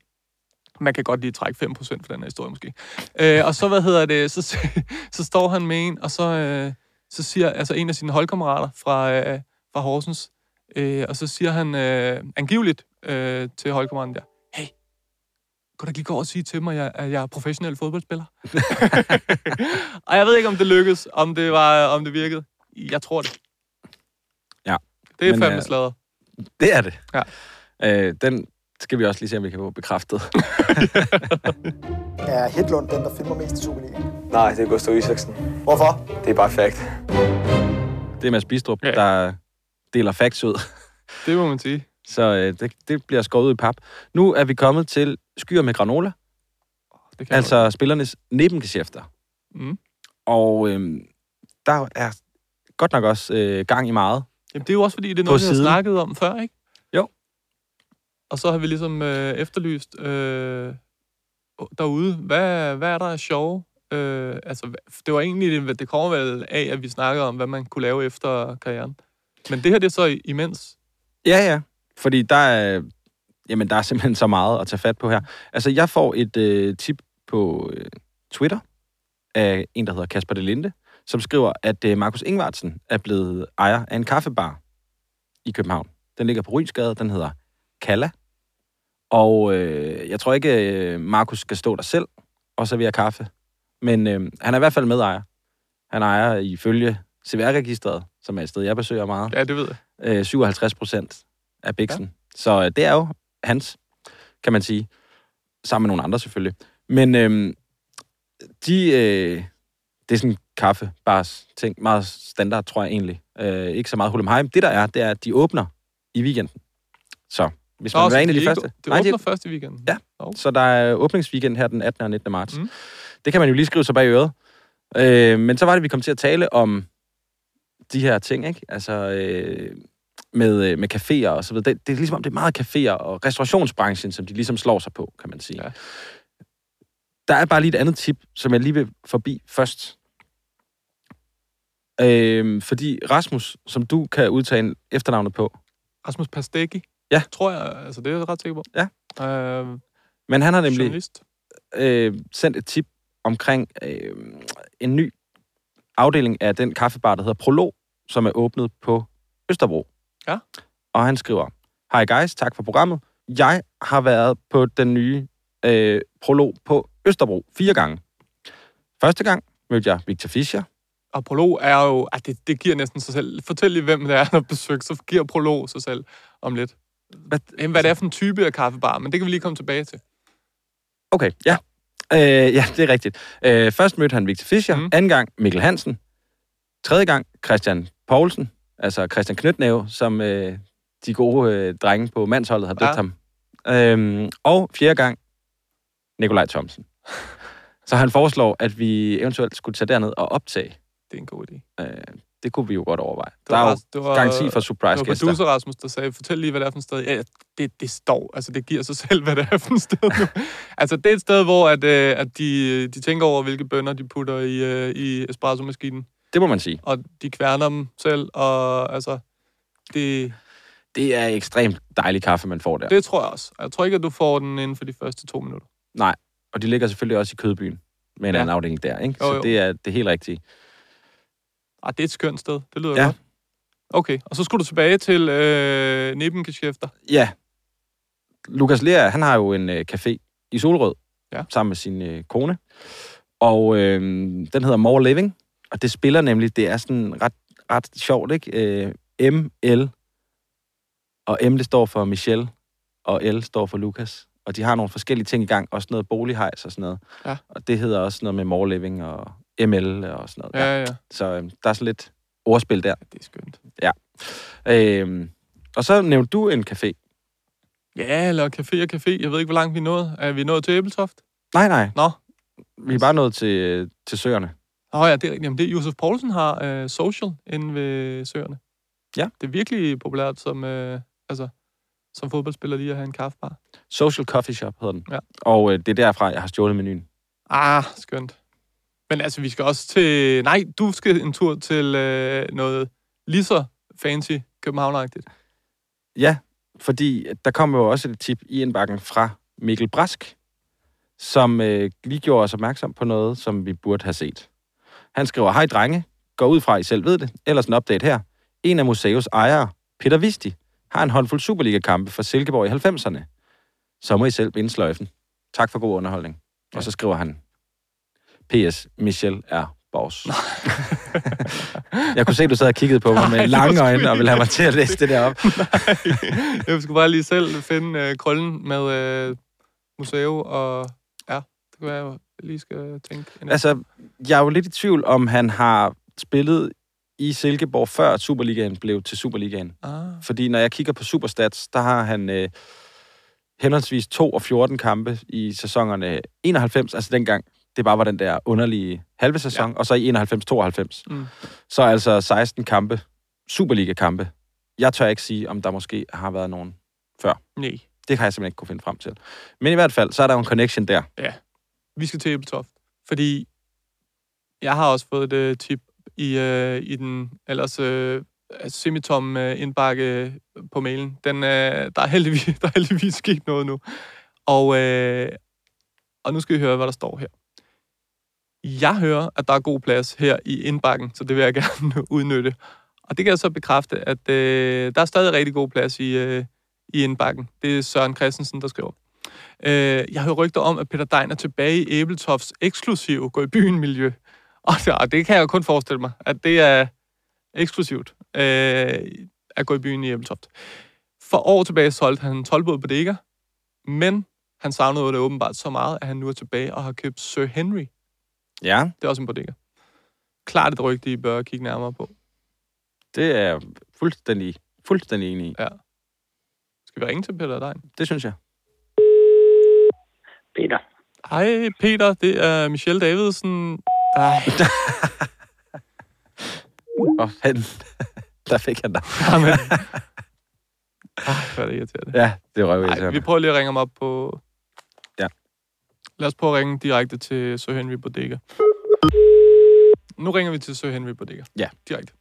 C: Man kan godt lige trække 5% for den her historie, måske. Øh, og så, hvad hedder det, så, så står han med en, og så, øh, så siger altså en af sine holdkammerater fra, øh, fra Horsens, øh, og så siger han øh, angiveligt øh, til holdkammeraten der, hey, kan du ikke lige gå over og sige til mig, at jeg, at jeg er professionel fodboldspiller? og jeg ved ikke, om det lykkedes, om det, var, om det virkede. Jeg tror det.
A: Ja,
C: Det er
A: men,
C: fandme
A: øh,
C: sladder.
A: Det er det.
C: Ja.
A: Øh, den skal vi også lige se, om vi kan få bekræftet.
J: Er Hedlund den, der filmer mest i Superligaen?
G: Nej, det er Gustav Isaksen.
J: Hvorfor?
G: Det er bare fact.
A: Det er Mads Bistrup,
C: Ja.
A: ja. der deler facts ud.
C: Det må man sige.
A: Så øh, det, det bliver skåret ud i pap. Nu er vi kommet til skyer med granola.
C: Det kan
A: Altså spillernes nebengeschæfter.
C: Mm.
A: Og øhm, der er godt nok også øh, gang i meget.
C: Jamen, det er jo også fordi, det er noget, vi har
A: siden.
C: snakket om før, ikke?
A: Jo.
C: Og så har vi ligesom øh, efterlyst øh, derude, hvad, hvad er der af sjove? Øh, altså, hva- det var egentlig, det, det kommer vel af, at vi snakkede om, hvad man kunne lave efter karrieren. Men det her, det er så i- imens.
A: Ja, ja. Fordi der er, jamen, der er simpelthen så meget at tage fat på her. Altså, jeg får et øh, tip på øh, Twitter af en, der hedder Kasper Delinde, som skriver, at øh, Markus Ingvartsen er blevet ejer af en kaffebar i København. Den ligger på Rynsgade, den hedder Kalla. Og øh, jeg tror ikke, øh, Markus skal stå der selv og servere kaffe. Men øh, han er i hvert fald medejer. Han ejer ifølge CVR-registret, som er et sted, jeg besøger meget
C: Ja, det ved jeg.
A: øh, 57 procent af biksen. Ja. Så øh, det er jo hans, kan man sige. Sammen med nogle andre selvfølgelig. Men øh, de, øh, det er sådan kaffe, bars ting. Meget standard, tror jeg egentlig. Øh, ikke så meget hulemheim. Det der er, det er, at de åbner i weekenden. Så hvis man
C: Nå,
A: vil være
C: så
A: en af de
C: ikke-
A: første.
C: Det åbner
A: de-
C: Nej, først i weekenden.
A: Ja. så der er åbningsweekend her den 18. og 19. marts.
C: Mm.
A: Mm. Det kan man jo lige skrive sig bag øret. Øh, men så var det, vi kom til at tale om de her ting, ikke? Altså øh, med, øh, med caféer og så videre. Det, det er ligesom om, det er meget caféer og restaurationsbranchen, som de ligesom slår sig på, kan man sige.
C: Ja.
A: Ja. Der er bare lige et andet tip, som jeg lige vil forbi først. Øhm, fordi Rasmus, som du kan udtale efternavnet på,
C: Rasmus Pastegi.
A: Ja.
C: Tror jeg, altså det er jeg ret sikker på.
A: Ja.
C: Øh,
A: men han har nemlig
C: journalist.
A: øh, sendt et tip omkring øh, en ny afdeling af den kaffebar, der hedder Prolog, som er åbnet på Østerbro.
C: Ja.
A: Og han skriver, Hej guys, tak for programmet. Jeg har været på den nye øh, Prolog på Østerbro fire gange. Første gang mødte jeg Victor Fischer.
C: Og prolog er jo... Ah, det, det giver næsten sig selv. Fortæl lige, hvem det er, der besøger, så giver prolog sig selv om lidt.
A: Hvad,
C: Jamen, hvad det er for en type af kaffebar, men det kan vi lige komme tilbage til.
A: Okay, ja. Øh, ja, det er rigtigt. Øh, først mødte han Victor Fischer,
C: Mm.
A: mm. anden gang Mikkel Hansen, tredje gang Christian Poulsen, altså Christian Knytnæve, som øh, de gode øh, drenge på mandsholdet har døbt
C: Ja.
A: ja. ham. Øhm, og fjerde gang Nikolaj Thomsen. Så han foreslår, at vi eventuelt skulle tage derned og optage.
C: Det er en god idé.
A: Øh, det kunne vi jo godt overveje.
C: Det
A: Der
C: var
A: er jo
C: ret- det var-
A: garanti for
C: Det var
A: surprise-gæster.
C: producer Rasmus, der sagde, fortæl lige, hvad det er for et sted. Ja, ja, det, det står. Altså, det giver sig selv, hvad det er for et sted nu. altså, det er et sted, hvor at, øh, at de, de tænker over, hvilke bønder de putter i, øh, i espresso-maskinen.
A: Det må man sige.
C: Og de kværner dem selv, og altså... Det,
A: Det er ekstremt dejlig kaffe, man får der.
C: det tror jeg også. Og Jeg tror ikke, at du får den inden for de første to minutter.
A: Nej, og de ligger selvfølgelig også i Kødbyen med en
C: Ja.
A: ja. anden afdeling der, ikke?
C: Jo,
A: så
C: jo.
A: det er det helt rigtige.
C: Ah, det er et skønt sted. Det lyder ja.
A: Ja.
C: godt. Okay, og så skulle du tilbage til øh, Nebengeschæfter.
A: Ja. Lukas Lea, han har jo en øh, café i Solrød
C: Ja.
A: ja. sammen med sin øh, kone. Og øh, den hedder More Living, og det spiller nemlig, det er sådan ret, ret sjovt, ikke? Øh, M, L, og M det står for Michelle, og L står for Lukas. Og de har nogle forskellige ting i gang, også noget bolighejs og sådan noget.
C: Ja.
A: Og det hedder også noget med More Living og ML og sådan noget.
C: Ja, ja, ja.
A: Så øh, der er sådan lidt ordspil der.
C: Det er skønt.
A: Øh, og så nævnte du en café.
C: Ja, eller café og café. Jeg ved ikke, hvor langt vi er nået. Er vi nået til Æbletoft?
A: Nej, nej.
C: Nå.
A: Vi er bare nået til, øh, til søerne.
C: Åh oh, ja, det er rigtigt. Jamen, det er Josef Poulsen har øh, social inde ved Søerne.
A: Ja.
C: Det er virkelig populært som, øh, altså, som fodboldspiller lige at have en kaffebar.
A: Social Coffee Shop hedder den.
C: Ja.
A: Og øh, det er derfra, jeg har stjålet menuen.
C: Ah, skønt. Men altså, vi skal også til... Nej, du skal en tur til øh, noget lige så fancy københavneragtigt.
A: Ja, fordi der kom jo også et tip i indbakken fra Mikkel Brask, som øh, lige gjorde os opmærksom på noget, som vi burde have set. Han skriver, hej drenge, går ud fra, I selv ved det. Ellers en update her. En af museets ejere, Peter Visti, har en håndfuld Superliga-kampe for Silkeborg i 90'erne. Så må I selv binde sløjfen. Tak for god underholdning. Og så skriver han, PS, Michel er boss. jeg kunne se, at du sad og kiggede på mig
C: Nej,
A: med
C: det
A: lange
C: var sgu
A: øjne og ville have mig til at læse det der op.
C: Jeg skulle bare lige selv finde øh, krøllen med øh, museum, og ja, det kan være, jeg lige skal tænke. En
A: Altså, jeg er jo lidt i tvivl, om han har spillet i Silkeborg, før at Superligaen blev til Superligaen.
C: ah.
A: Fordi når jeg kigger på Superstats, der har han øh, henholdsvis 2 og 14 kampe i sæsonerne 91, altså dengang det bare var den der underlige halve sæson, ja. og så i 91-92.
C: Mm.
A: Mm. Så altså 16 kampe, Superliga-kampe. Jeg tør ikke sige, om der måske har været nogen.
C: Nej.
A: Det har jeg simpelthen ikke kunne finde frem til. Men i hvert fald, så er der jo en connection der.
C: vi skal til Ebeltoft, fordi jeg har også fået et øh, tip i, øh, i den ellers øh, semitom øh, indbakke på mailen. Den, øh, der, er heldigvis, der er heldigvis sket noget nu. Og, øh, og nu skal I høre, hvad der står her. Jeg hører, at der er god plads her i indbakken, så det vil jeg gerne udnytte. Og det kan jeg så bekræfte, at øh, der er stadig rigtig god plads i, øh, i indbakken. Det er Søren Christensen, der skriver. Øh, jeg hører rygter om, at Peter Dein er tilbage i Æbeltofts eksklusive gå i byen miljø. Og det, og det kan jeg jo kun forestille mig, at det er eksklusivt øh, at gå i byen i Æbeltoft. For år tilbage solgte han 12 på bodega, men han savnede det åbenbart så meget, at han nu er tilbage og har købt Sir Henry.
A: Ja,
C: Det er også en bodega. Klart et rygte, I bør kigge nærmere på.
A: det er jeg fuldstændig, fuldstændig enig i.
C: Skal vi ringe til Peter Dein?
A: Det synes jeg.
K: Peter.
C: Hej Peter, det er Michelle Davidsen. Ah, Ej,
A: Og han, der fik han dig.
C: jamen. Ej, Ah, hvor er det irriterende.
A: Ja, det røv
C: Nej, vi
A: vi...
C: prøver lige at ringe ham op på...
A: Ja.
C: Lad os prøve at ringe direkte til Sir Henry Bodega. Nu ringer vi til Sir Henry Bodega.
A: Ja.
C: Direkte.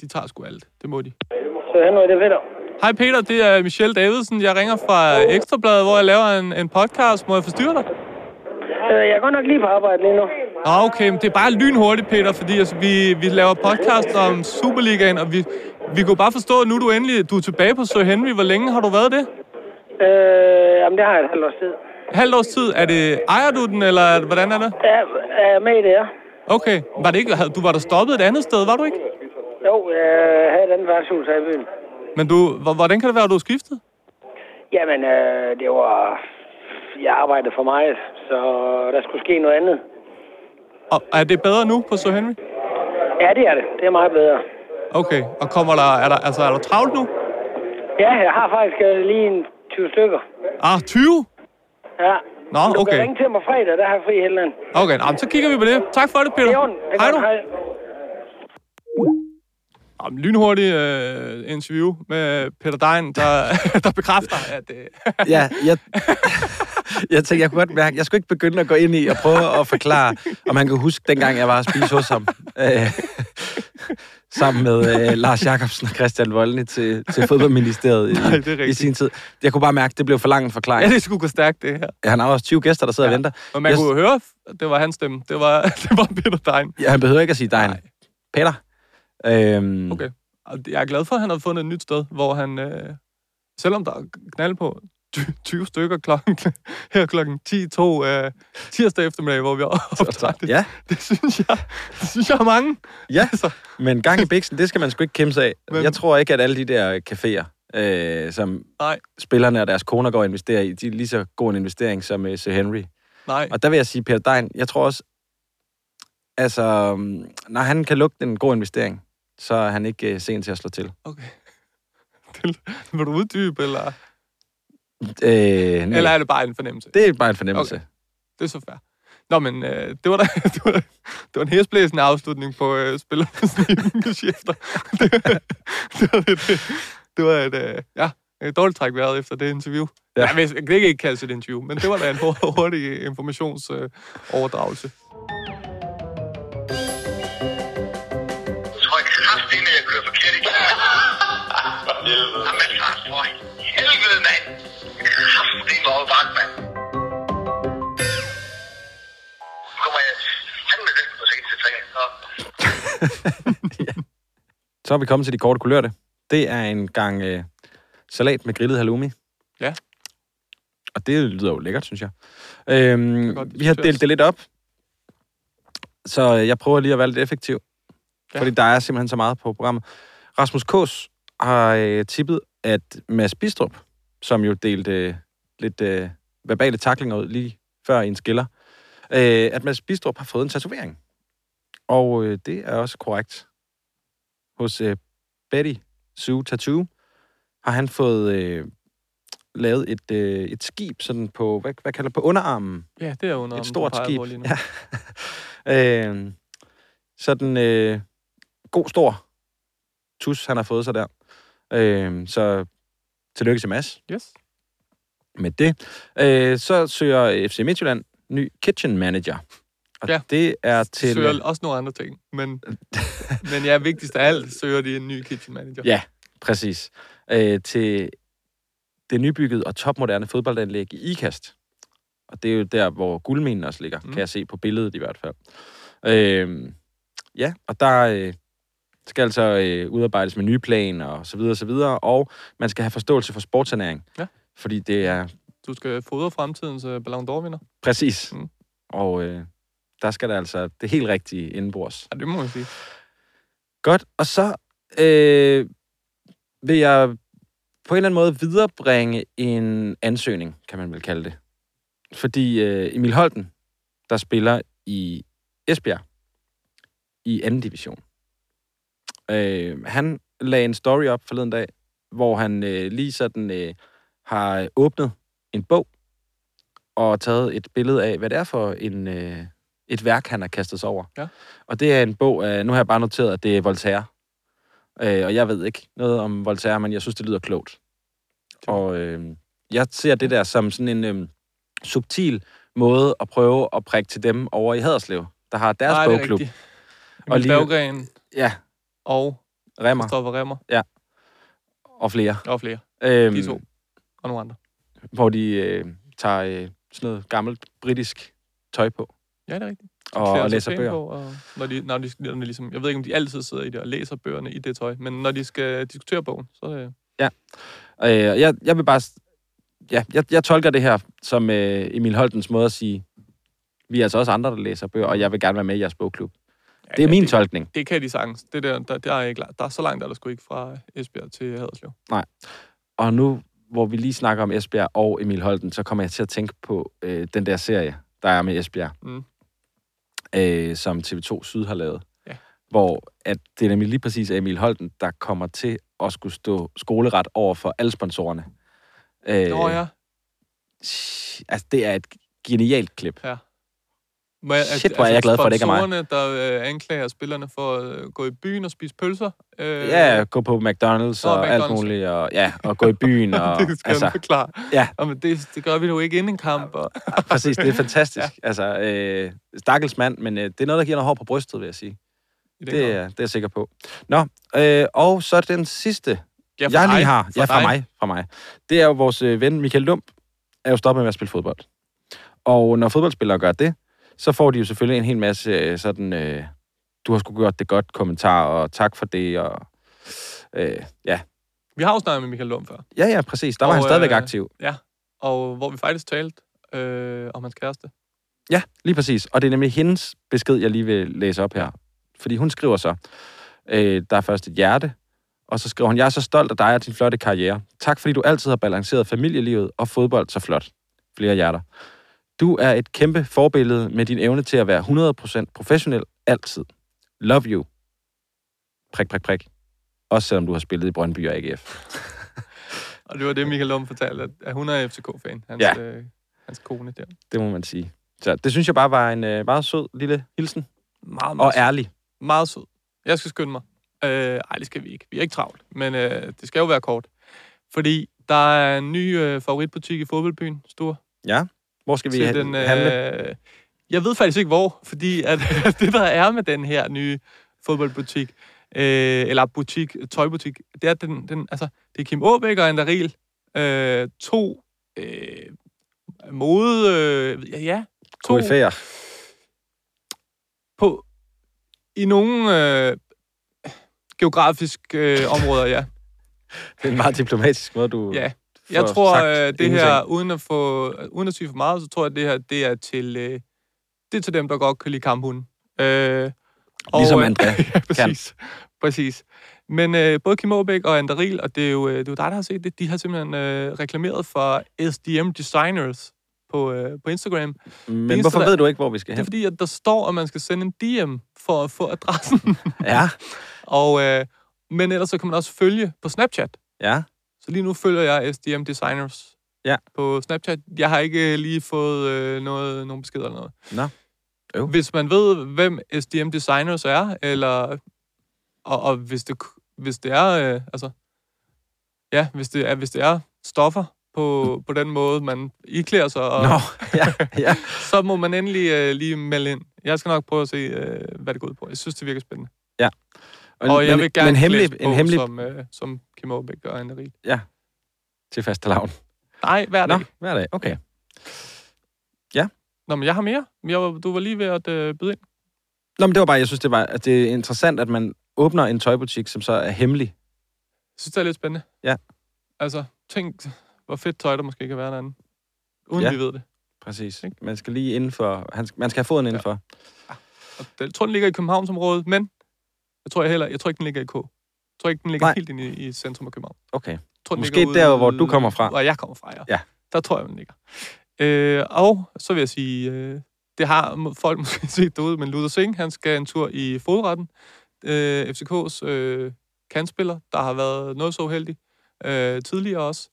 C: De tager sgu alt. Det må de.
K: Så han er det Peter.
C: Hej Peter, det er Michelle Davidsen. Jeg ringer fra Ekstrabladet, hvor jeg laver en, en podcast. Må jeg forstyrre dig?
K: Øh, Jeg er godt nok lige på arbejde lige nu.
C: Ah, okay, men det er bare lynhurtigt, Peter, fordi altså, vi, vi laver podcast om Superligaen, og vi, vi kunne bare forstå, at nu er du endelig du er tilbage på Sir Henry. Hvor længe har du været det?
K: Øh, jamen, det har jeg et halvt års tid.
C: Halvt års tid? Er det, ejer du den, eller er det- hvordan er det?
K: Ja, er jeg med i det her?
C: Okay, var det ikke, havde- du var der stoppet et andet sted, var du ikke?
K: Jo, jeg havde et andet værtshus her i byen.
C: Men du, hvor- hvordan kan det være, at du er skiftet?
K: Jamen, øh, det var... Jeg arbejdede for meget, så der skulle ske noget andet.
C: Og er det bedre nu på Sir Henry?
K: Ja, det er det. Det er meget bedre.
C: Okay, og kommer der, er der, altså, er der travlt nu?
K: Ja, jeg har faktisk øh, lige en 20 stykker.
C: Ah, 20?
K: Ja.
C: Nå,
K: Du
C: okay.
K: kan ringe til mig fredag, der har jeg fri hele dagen.
C: Okay, nå, men så kigger vi på det. Tak for det, Peter.
K: Det er ondt. Det er
C: Hej
K: godt.
C: du.
K: Hej.
C: Jamen, lynhurtig øh, interview med Peter Dein, der, der bekræfter, at... Øh,
A: Ja, jeg, jeg tænkte, jeg kunne godt mærke, jeg skulle ikke begynde at gå ind i og prøve at forklare, om han kunne huske, dengang jeg var og spise hos ham. Øh, sammen med øh, Lars Jakobsen og Christian Voldny til, til fodboldministeriet
C: Nej, det er
A: i, i
C: rigtigt.
A: sin tid. Jeg kunne bare mærke, at det blev for lang en
C: ja,
A: forklaring.
C: det skulle gå stærkt, det her.
A: Han har også 20 gæster, der sidder og venter.
C: Og man
A: Jeg-
C: kunne høre, at det var hans stemme. Det var, det var Peter Dein.
A: Ja, han behøver ikke at sige dig. Peter. Øhm,
C: Okay. Og jeg er glad for, at han har fundet et nyt sted, hvor han... Øh, selvom der er knald på 20 stykker klokken, her klokken 10.02 øh, tirsdag eftermiddag, hvor vi optager det.
A: Ja.
C: Det synes jeg, det synes jeg er mange.
A: Ja,
C: altså.
A: men gang i biksen, det skal man sgu ikke kæmpe sig af.
C: Men-
A: Men... Jeg tror ikke, at alle de der caféer, øh, som
C: Nej.
A: spillerne og deres koner går og investerer i, de er lige så god en investering som øh, Sir Henry.
C: Nej.
A: Og der vil jeg sige, Peter Dein, jeg tror også, altså, mm, når han kan lukke en god investering, så er han ikke øh, sen til at slå til.
C: Okay. Det, vil du uddybe, eller,
A: Øh, nej.
C: eller er det bare en fornemmelse?
A: Det er bare en fornemmelse.
C: Okay. Det er så fair. Nå, men øh, det var da det var, det var en hæsblæsende afslutning på øh, spillernes skifter. det, det, var et, det var et, øh, ja, et dårligt træk, vi havde efter det interview. Ja.
A: Ja.
C: Nej, hvis, det kan ikke kaldes et interview, men det var da en hur- hurtig informationsoverdragelse. Øh, overdragelse.
A: Så er vi kommet til de korte kulørte. Det er en gang øh, salat med grillet halloumi.
C: Ja.
A: Og det lyder jo lækkert, synes jeg. Øhm,
C: godt
A: vi har
C: diskuteres.
A: delt det lidt op. Så øh, jeg prøver lige at være lidt effektiv.
C: Ja.
A: Ja. Fordi der er simpelthen så meget på programmet. Rasmus Kås har øh, tippet, at Mads Bistrup, som jo delte øh, lidt øh, verbale taklinger ud lige før i en skiller, øh, at Mads Bistrup har fået en tatovering. Og øh, det er også korrekt hos øh, Betty Sue Tattoo har han fået øh, lavet et, øh, et skib sådan på, hvad, hvad kalder det, på underarmen.
C: Ja, det er under
A: et stort skib. Ja. øh, sådan øh, god stor tus, han har fået sig der. Øh, så tillykke til Mads
C: Yes.
A: med det. Øh, så søger FC Midtjylland ny kitchen manager. Og
C: Ja.
A: det er til...
C: Søger også nogle andre ting, men, men ja, vigtigst af alt, søger de en ny kitchen manager.
A: Ja, præcis. Øh, til det nybyggede og topmoderne fodboldanlæg i Ikast. Og det er jo der, hvor guldminen også ligger, mm.
C: Mm.
A: kan jeg se på billedet i hvert fald. Øh, ja, og der øh, skal altså øh, udarbejdes med nye plan og så videre og så videre, og man skal have forståelse for sportsernæring.
C: Ja.
A: Fordi det er
C: Du skal fodre fremtidens øh, Ballon d'Or-vinder.
A: præcis.
C: Mm.
A: Mm. Og øh, der skal der altså det helt rigtige indbords.
C: Ja, det må man sige.
A: Godt, og så øh, vil jeg på en eller anden måde viderebringe en ansøgning, kan man vel kalde det. Fordi øh, Emil Holten, der spiller i Esbjerg i anden division, øh, han lagde en story op forleden dag, hvor han øh, lige sådan øh, har åbnet en bog og taget et billede af, hvad det er for en, øh, et værk, han har kastet sig over. Og det er en bog, af, nu har jeg bare noteret, at det er Voltaire. Øh, og jeg ved ikke noget om Voltaire, men jeg synes, det lyder klogt. Og øh, jeg ser det der som sådan en øh, subtil måde at prøve at prikke til dem over i Haderslev, der har deres
C: Nej, det er
A: bogklub.
C: rigtigt.
A: Og
C: Emil
A: lige-
C: Berggren
A: Ja,
C: og
A: Remmer
C: Kristoffer Remmer
A: og flere.
C: og flere.
A: Øhm,
C: De to. Og nogle andre.
A: Hvor de øh, tager øh, sådan noget gammelt britisk tøj på.
C: Ja, det er rigtigt.
A: og,
C: klæder
A: og
C: sig
A: læser
C: pænt
A: bøger.
C: på, Og når de, når de, når de ligesom, jeg ved ikke, om de altid sidder i det og læser bøgerne i det tøj, men når de skal diskutere bogen, så øh,
A: Ja. Øh, jeg, jeg vil bare... s- Ja, jeg, jeg tolker det her som øh, Emil Holtens måde at sige, vi er altså også andre, der læser bøger, og jeg vil gerne være med i jeres bogklub. Ja, det er min det, tolkning.
C: det kan de sagtens. Det der, der, der, er ikke, la- der er så langt, der er der sgu ikke fra Esbjerg til Haderslev.
A: Nej. Og nu, hvor vi lige snakker om Esbjerg og Emil Holten, så kommer jeg til at tænke på øh, den der serie, der er med Esbjerg,
C: Mm.
A: øh, som TV2 Syd har lavet. Ja. Hvor at det er nemlig lige præcis Emil Holten, der kommer til at skulle stå skoleret over for alle sponsorerne. Øh,
C: Nå ja.
A: Altså, det er et genialt klip.
C: Ja. Må jeg- altså,
A: Shit, hvor er jeg glad for, at det ikke er mig.
C: sponsorerne, der øh, anklager spillerne for at øh, gå i byen og spise pølser. Øh,
A: Ja, gå på McDonald's
C: Nå,
A: og alt
C: McDonald's.
A: muligt, og, ja, og gå i byen. Og,
C: det skal altså, forklare.
A: Ja.
C: Jamen, det, det gør vi jo ikke inden en kamp. Og...
A: Præcis, det er fantastisk. ja. Altså, øh, stakkels mand, men øh, det er noget, der giver noget hår på brystet, vil jeg sige.
C: den
A: Det er, det er jeg sikker på. Nå, øh, og så den sidste,
C: Ja,
A: ja,
C: fra
A: jeg
C: dig.
A: lige har.
C: Fra
A: Ja, fra
C: dig.
A: mig. Fra mig. Det er jo vores øh, ven Michael Lump, er jo stoppet med at spille fodbold. Og når fodboldspillere gør det, så får de jo selvfølgelig en hel masse øh, sådan, øh, du har sgu gjort det godt, kommentarer, og tak for det, og øh, ja.
C: Vi har jo snakket med Michael Lund før.
A: Ja, ja, præcis. Der var
C: Og,
A: han stadigvæk
C: øh,
A: aktiv.
C: Ja, og hvor vi faktisk talte øh, om hans kæreste.
A: Ja, lige præcis. Og det er nemlig hendes besked, jeg lige vil læse op her. Fordi hun skriver så, øh, der er først et hjerte, og så skriver hun, jeg er så stolt af dig og din flotte karriere. Tak fordi du altid har balanceret familielivet og fodbold så flot. Flere hjerter. Du er et kæmpe forbillede med din evne til at være 100% professionel altid. Love you. Prik, prik, prik. Også selvom du har spillet i Brøndby og AGF.
C: Og det var det, Michael Lund fortalte, at, at hun er FCK-fan. Hans,
A: Ja.
C: øh, hans kone der.
A: Det må man sige. Så det synes jeg bare var en øh, meget sød lille hilsen.
C: Meget,
A: Og
C: sød.
A: ærlig.
C: Meget sød. Jeg skal skynde mig. Øh, ej, det skal vi ikke. Vi er ikke travlt, men øh, det skal jo være kort. Fordi der er en ny øh, favoritbutik i fodboldbyen, Stor.
A: Ja. Hvor skal vi
C: til
A: ha-
C: den,
A: handle?
C: Øh, jeg ved faktisk ikke hvor, fordi at, det der er med den her nye fodboldbutik, øh, eller butik, tøjbutik, det er, at den, den, altså, det er Kim Aabæk og Anna Riel, øh, to øh, mode, øh, ja, ja, to
A: Koryfæer.
C: på, i nogle øh, geografiske øh, områder, ja.
A: Det er en meget diplomatisk måde, du...
C: Ja.
A: får
C: Jeg tror,
A: sagt
C: øh, det
A: ingenting.
C: her, uden at, få, uden at sige for meget, så tror jeg, at det her, det er til, øh, det er til dem, der godt kan lide kamphunden. Øh,
A: Ligesom
C: øh,
A: Andrea
C: ja, præcis. præcis. Men øh, både Kim Aabæk og André Riel, og det er, jo, øh, det er jo dig, der har set det, de har simpelthen øh, reklameret for SDM Designers på, øh, på Instagram.
A: Men
C: eneste,
A: hvorfor
C: der-
A: ved du ikke, hvor vi skal
C: Det er
A: hen?
C: fordi, at der står, at man skal sende en DM for at få adressen.
A: Ja,
C: og, øh, men ellers så kan man også følge på Snapchat.
A: ja.
C: Så lige nu følger jeg SDM Designers
A: Ja.
C: på Snapchat. Jeg har ikke øh, lige fået øh, noget, nogen beskeder eller noget.
A: Nå. Øv.
C: Hvis man ved, hvem SDM Designers er, eller og, og hvis, det, ku- hvis det er, øh, altså, ja, hvis det er, hvis det er stoffer på, på den måde, man iklæder sig, og,
A: Mm. Nå, ja, ja.
C: så må man endelig øh, lige melde ind. Jeg skal nok prøve at se, øh, hvad det går ud på. Jeg synes, det virker spændende. Og, og jeg vil gerne
A: men hemmelig,
C: læse på,
A: en hemmelig,
C: som, øh, som Kim Aabæk og Anne Rie.
A: Ja, til faste lavn.
C: Nej, hver dag.
A: Nå,
C: Nå.
A: hver dag, okay.
C: Nå, men jeg har mere. Jeg, var- du var lige ved at øh, byde ind.
A: Nå, men det var bare, jeg synes, det, var, at det er interessant, at man åbner en tøjbutik, som så er hemmelig.
C: Jeg synes, det er lidt spændende.
A: Ja.
C: Altså, tænk, hvor fedt tøj, der måske kan være derinde. Uden
A: Ja.
C: vi ved det.
A: Præcis. Man skal lige indenfor. Han, skal- man skal have foden indenfor.
C: Og den- Jeg tror, den ligger i Københavnsområdet, men jeg tror jeg heller, jeg tror ikke, den ligger i K. Jeg tror ikke, den ligger Nej.
A: Nej.
C: helt inde i, i centrum af København.
A: Okay.
C: Jeg tror, den
A: Måske
C: ligger ude-
A: der, hvor du kommer fra.
C: Hvor jeg kommer fra, ja.
A: Ja.
C: Der tror jeg, den ligger. Øh, og så vil jeg sige, øh, det har må- folk måske set derude, men Luther Singh, han skal en tur i fodretten. Øh, FCK's øh, kantspiller, der har været noget så uheldig øh, tidligere også,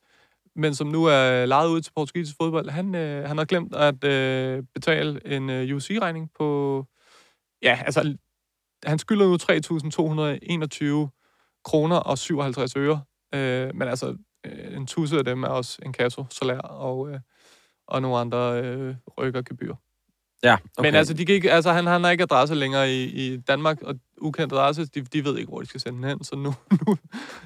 C: men som nu er lejet ud til portugisisk fodbold, han, øh, han har glemt at øh, betale en øh, UC-regning på... Ja, altså, han skylder nu 3.221 kroner og 57 øre. Øh, men altså, øh, en tusse af dem er også en kasso, salær og, øh, og nogle andre øh, rykker gebyr.
A: Ja,
C: Okay. Men altså, de gik, altså han, han har ikke adresse længere i, i Danmark, og ukendt adresse, de, de ved ikke, hvor de skal sende den hen, så nu, nu,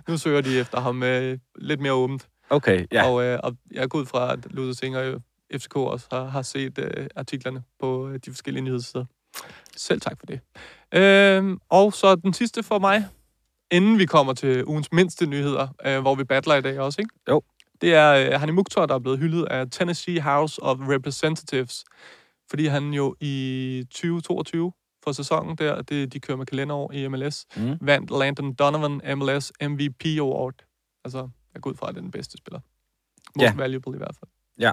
C: nu søger de efter ham øh, lidt mere åbent.
A: Okay, ja.
C: Og, øh, og jeg går ud fra, at Luther Singer og FCK også har, har set øh, artiklerne på øh, de øh, forskellige nyhedssider. Selv tak for det. Øhm, og så den sidste for mig, inden vi kommer til ugens mindste nyheder, øh, hvor vi battler i dag også, ikke?
A: Jo.
C: Det er øh, Hanni Mukhtar, der er blevet hyldet af Tennessee House of Representatives, fordi han jo i 2022 for sæsonen der, det, de kører med kalenderår i MLS,
A: Mm.
C: vandt Landon Donovan MLS MVP Award. Altså, jeg går ud fra, at det er den bedste spiller. Most
A: Ja.
C: ja. valuable i hvert fald.
A: Ja.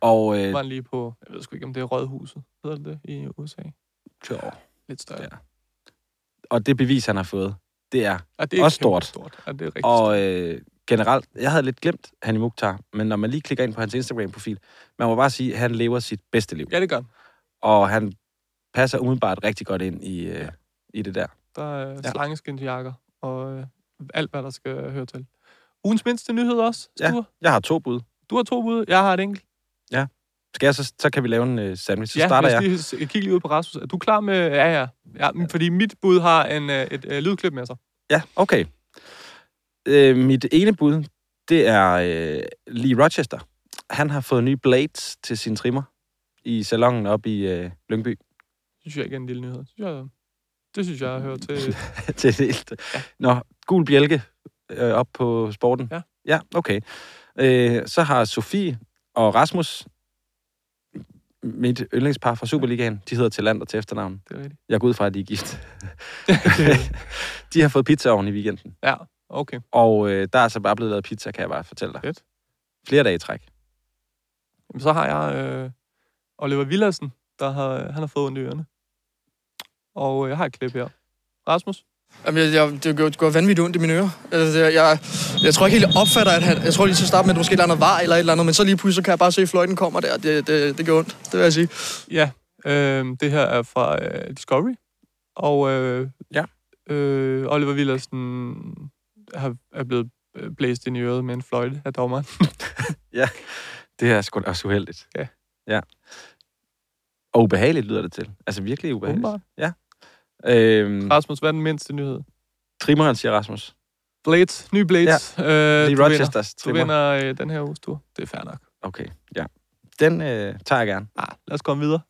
A: Og øh,
C: Øh. Var han lige på, jeg ved sgu ikke, om det er Rådhuset, hedder det det i USA?
A: jo.
C: Lidt større. Ja.
A: og det bevis, han har fået, det er
C: Og
A: det er også stort.
C: stort. Ja, det er rigtig og...
A: Og øh, generelt, jeg havde lidt glemt Hanni Mukhtar, men når man lige klikker ind på hans Instagram-profil, man må bare sige, at han lever sit bedste liv.
C: stort. Ja, det gør han.
A: Og han passer umiddelbart rigtig godt ind i, øh, i det der.
C: Der er
A: Ja.
C: ja. slangeskindsjakker og øh, alt, hvad der skal høre til. Ugens mindste nyhed også,
A: Ja.
C: Sture.
A: Jeg har to bud.
C: Du har to bud, jeg har et enkelt.
A: Skal jeg så, så kan vi lave en øh, sandwich. Så
C: ja,
A: starter
C: lad
A: jeg.
C: os Lige, jeg kigger lige ud på Rasmus. Er du klar med... Ja, ja. ja men fordi mit bud har en, øh, et øh, lydklip med sig.
A: Ja, okay. Øh, mit ene bud, det er øh, Lee Rochester. Han har fået nye blades til sin trimmer i salongen oppe i øh, Lyngby.
C: Det synes jeg ikke er en lille nyhed. Det synes jeg, det synes jeg hører til...
A: til det hele. Nå, gul bjælke øh, op på sporten.
C: Ja.
A: Ja, okay. Øh, så har Sofie og Rasmus, mit yndlingspar fra Superligaen, de hedder til land og til efternavn.
C: Det er rigtigt.
A: Jeg går ud fra, at de er gift. de har fået pizza oven i weekenden.
C: Ja, okay.
A: Og øh, der er så bare blevet lavet pizza, kan jeg bare fortælle dig.
C: Fedt.
A: Flere dage i træk.
C: Jamen, så har jeg øh, Oliver Villadsen, der har, han har fået ondt i ørerne. Og øh, jeg har et klip her. Rasmus?
L: Jamen, jeg, jeg, det gør, det gør vanvittigt ondt i mine ører. Altså, jeg, jeg, jeg tror ikke helt, jeg opfatter, at han... Jeg tror lige til at starte med, at det måske er noget var eller et eller andet, men så lige pludselig så kan jeg bare se, at fløjten kommer der. Det, det, det gør ondt, det vil jeg sige.
C: Ja, øh, det her er fra øh, Discovery. Og øh,
A: ja.
C: øh, Oliver Villadsen har, er blevet øh, blæst ind i øret med en fløjte af dommeren.
A: Hmm. Ja, det er sgu da også uheldigt.
C: Ja.
A: ja. Og ubehageligt lyder det til. Altså virkelig ubehageligt.
C: Åbenbart.
A: Ja. Øhm,
C: Rasmus, hvad er den mindste nyhed?
A: trimmeren, siger Rasmus.
C: Blades, nye Blades. Ja. Øh,
A: Lee
C: du
A: Rochesters
C: vinder, du vinder øh, den her uges tur. Det er fair nok.
A: Okay, ja. Den øh, tager jeg gerne.
C: Ah, lad os komme videre.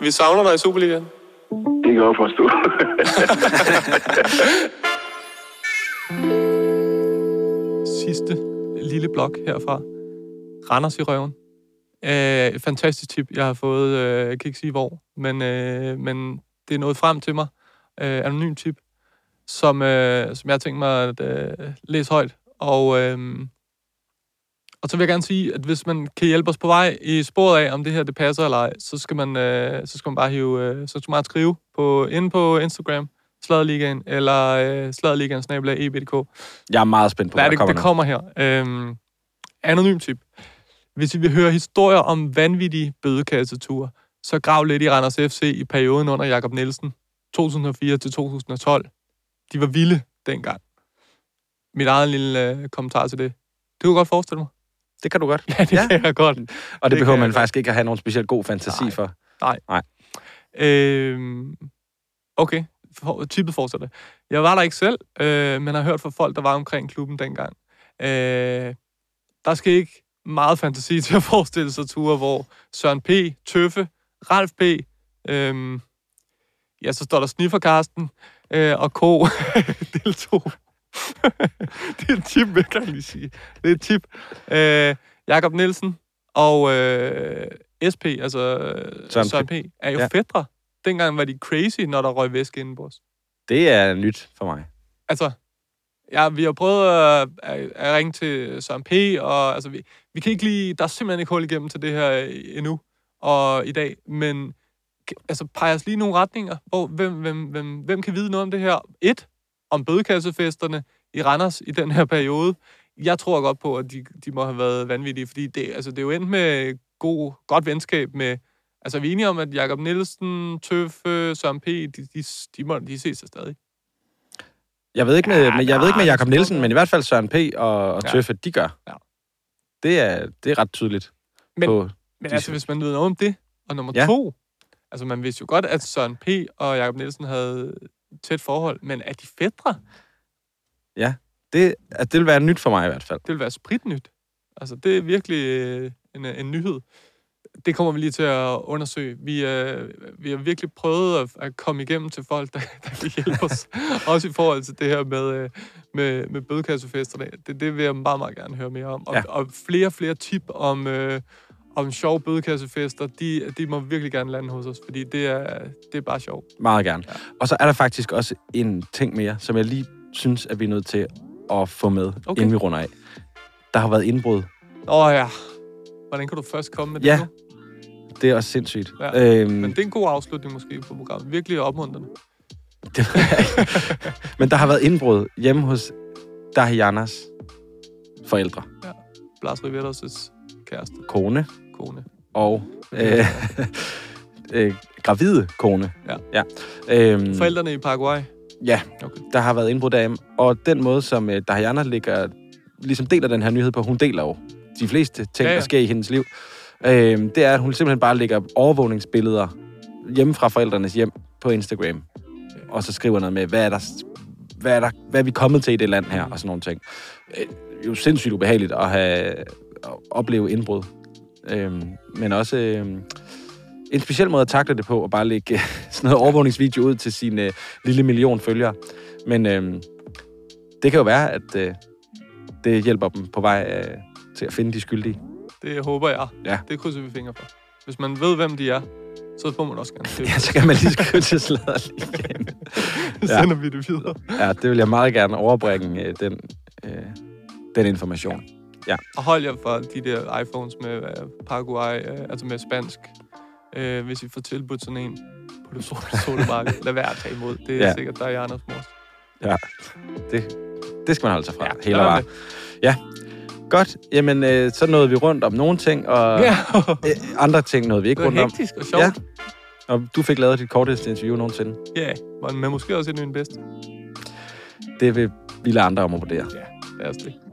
C: Vi savner dig i Superligaen.
E: Det kan jeg forstå.
C: Sidste lille blok herfra. Randers i røven. Øh, et fantastisk tip, jeg har fået. Øh, jeg kan ikke sige hvor, men, øh, men det er nået frem til mig. Øh, anonym tip, som, øh, som jeg har tænkt mig at øh, læse højt. Og, øh, og så vil jeg gerne sige, at hvis man kan hjælpe os på vej i sporet af, om det her det passer eller ej, så skal man, øh, så skal man bare hive, øh, så skal man bare skrive på, inde på Instagram, Sladerligaen, eller øh, sladerligaen snabelag EBDK.
A: Jeg er meget spændt på,
C: Hvad
A: hvad
C: er
A: der
C: det,
A: kommer
C: det
A: nu.
C: kommer her? Øhm, anonym tip. Hvis I vil høre historier om vanvittige bødekasseture, så grav lidt i Randers FC i perioden under Jakob Nielsen, 2004 til 2012. De var vilde dengang. Mit eget lille øh, kommentar til det. Det kunne jeg godt forestille mig.
A: Det kan du godt.
C: Ja, det ja. kan jeg godt.
A: Og det,
C: det
A: det behøver
C: kan
A: man
C: jeg
A: faktisk ikke at have nogen specielt god fantasi
C: Nej.
A: for.
C: Nej.
A: Nej.
C: Øhm, okay, For, tippet fortsætter. Jeg var der ikke selv, øh, men har hørt fra folk, der var omkring klubben dengang. Øh, der skal ikke meget fantasi til at forestille sig ture, hvor Søren P., Tøffe, Ralf P., øhm, ja, så står der Sniffer Karsten øh, og K. del 2. det er et tip, vil jeg gerne lige sige. Det er et tip. Øh, Jakob Nielsen og øh, SP, altså øh,
A: Søren
C: Søren,
A: P.
C: Søren P., er jo
A: Ja.
C: ja. fædre. Dengang var de crazy, når der røg væske indenbords.
A: Det er nyt for mig.
C: Altså, ja, vi har prøvet at, at, at ringe til Søren P., og altså, vi, vi kan ikke lige, der er simpelthen ikke hul igennem til det her øh, endnu og i dag, men k- altså, peger os lige nogle retninger. Hvor, hvem, hvem, hvem, hvem kan vide noget om det her? Et, om bødekassefesterne i Randers i den her periode. Jeg tror godt på, at de, de må have været vanvittige, fordi det, altså, det er jo endt med god, godt venskab med... Altså, vi er enige om, at Jakob Nielsen, Tøffe, Søren P., de, de, de, må, de ses stadig.
A: Jeg ved ikke med, men jeg ved ikke med
C: nej,
A: Jakob
C: det
A: Nielsen,
C: tror jeg.
A: men i hvert fald Søren P. og, og
C: Ja.
A: Tøffe, de gør.
C: Ja.
A: Det er, det er ret tydeligt.
C: Men-
A: på,
C: Men
A: De
C: altså,
A: synes-
C: hvis man ved noget om det, og nummer
A: Ja.
C: ja. to, altså man vidste jo godt, at Søren P. og Jakob Nielsen havde tæt forhold, men er de fædre?
A: det, at det vil være nyt for mig i hvert fald.
C: Det ville være spritnyt. Altså, det er virkelig øh, en, øh, en nyhed. Det kommer vi lige til at undersøge. Vi, øh, vi har virkelig prøvet at, at komme igennem til folk, der, der kan hjælpe os. Også i forhold til det her med, øh, med, med bødekassefesterne. Det, det vil jeg meget, meget gerne høre mere om. Og, ja.
A: Ja.
C: og flere og flere tip om, øh, om sjove bødekassefester, de, de må virkelig gerne lande hos os, fordi det er, det er bare sjovt.
A: Meget gerne. Og så er der faktisk også en ting mere, som jeg lige synes, at vi er nødt til at få med, okay. inden vi runder af. Der har været indbrud.
C: Åh ja, hvordan kan du først komme med det
A: Ja,
C: nu?
A: Det er også sindssygt.
C: Ja. Øhm, Men det er en god afslutning måske på programmet. Virkelig opmuntrende.
A: Men der har været indbrud hjemme hos Dahianas forældre,
C: Blas Rivettos' kæreste,
A: kone
C: kone.
A: og øh, øh, gravide kone.
C: Ja.
A: ja. Øhm,
C: Forældrene i Paraguay.
A: Ja, okay. der har været indbrud derhjemme. Og den måde, som øh, Diana ligger, ligesom deler den her nyhed på, hun deler jo de fleste ting,
C: Ja,
A: ja,
C: ja.
A: ja. der sker i hendes liv, øh, det er, at hun simpelthen bare lægger overvågningsbilleder hjemme fra forældrenes hjem på Instagram. Og så skriver noget med, hvad er der, hvad er, der, hvad er vi kommet til i det land her, og sådan nogle ting. Øh, jo sindssygt ubehageligt at, have, at opleve indbrud. Øh, men også... Øh, en speciel måde at takle det på, at bare lægge øh, sådan noget overvågningsvideo ud til sine øh, lille million følgere. Men øh, det kan jo være, at øh, det hjælper dem på vej øh, til at finde de skyldige.
C: Det håber jeg.
A: Ja.
C: Det krydser vi fingre for. Hvis man ved, hvem de er, så får man også gerne skrive.
A: Ja, så kan man lige skrive til slader lige igen.
C: Så sender vi det videre.
A: Ja, det vil jeg meget gerne overbringe, øh, den, øh, den information. Ja.
C: Og hold jer fra de der iPhones med øh, Paraguay, øh, altså med spansk. Øh, hvis I får tilbudt sådan en på det sorte, sorte marked, lad være at tage imod. Det er ja.
A: Ja.
C: sikkert dig, Anders Mors.
A: Ja, det, det skal man holde sig fra. Ja, hele
C: lad være
A: vejen. Ja, godt. Jamen, øh, så nåede vi rundt om nogle ting, og
C: Ja.
A: ja. øh, andre ting nåede vi ikke
C: Det var
A: rundt om.
C: hektisk og sjovt.
A: Ja. Og du fik lavet dit korteste interview nogensinde.
C: Ja, men måske også en af mine bedste.
A: Det vil vi lade andre om at vurdere.
C: Lad os det.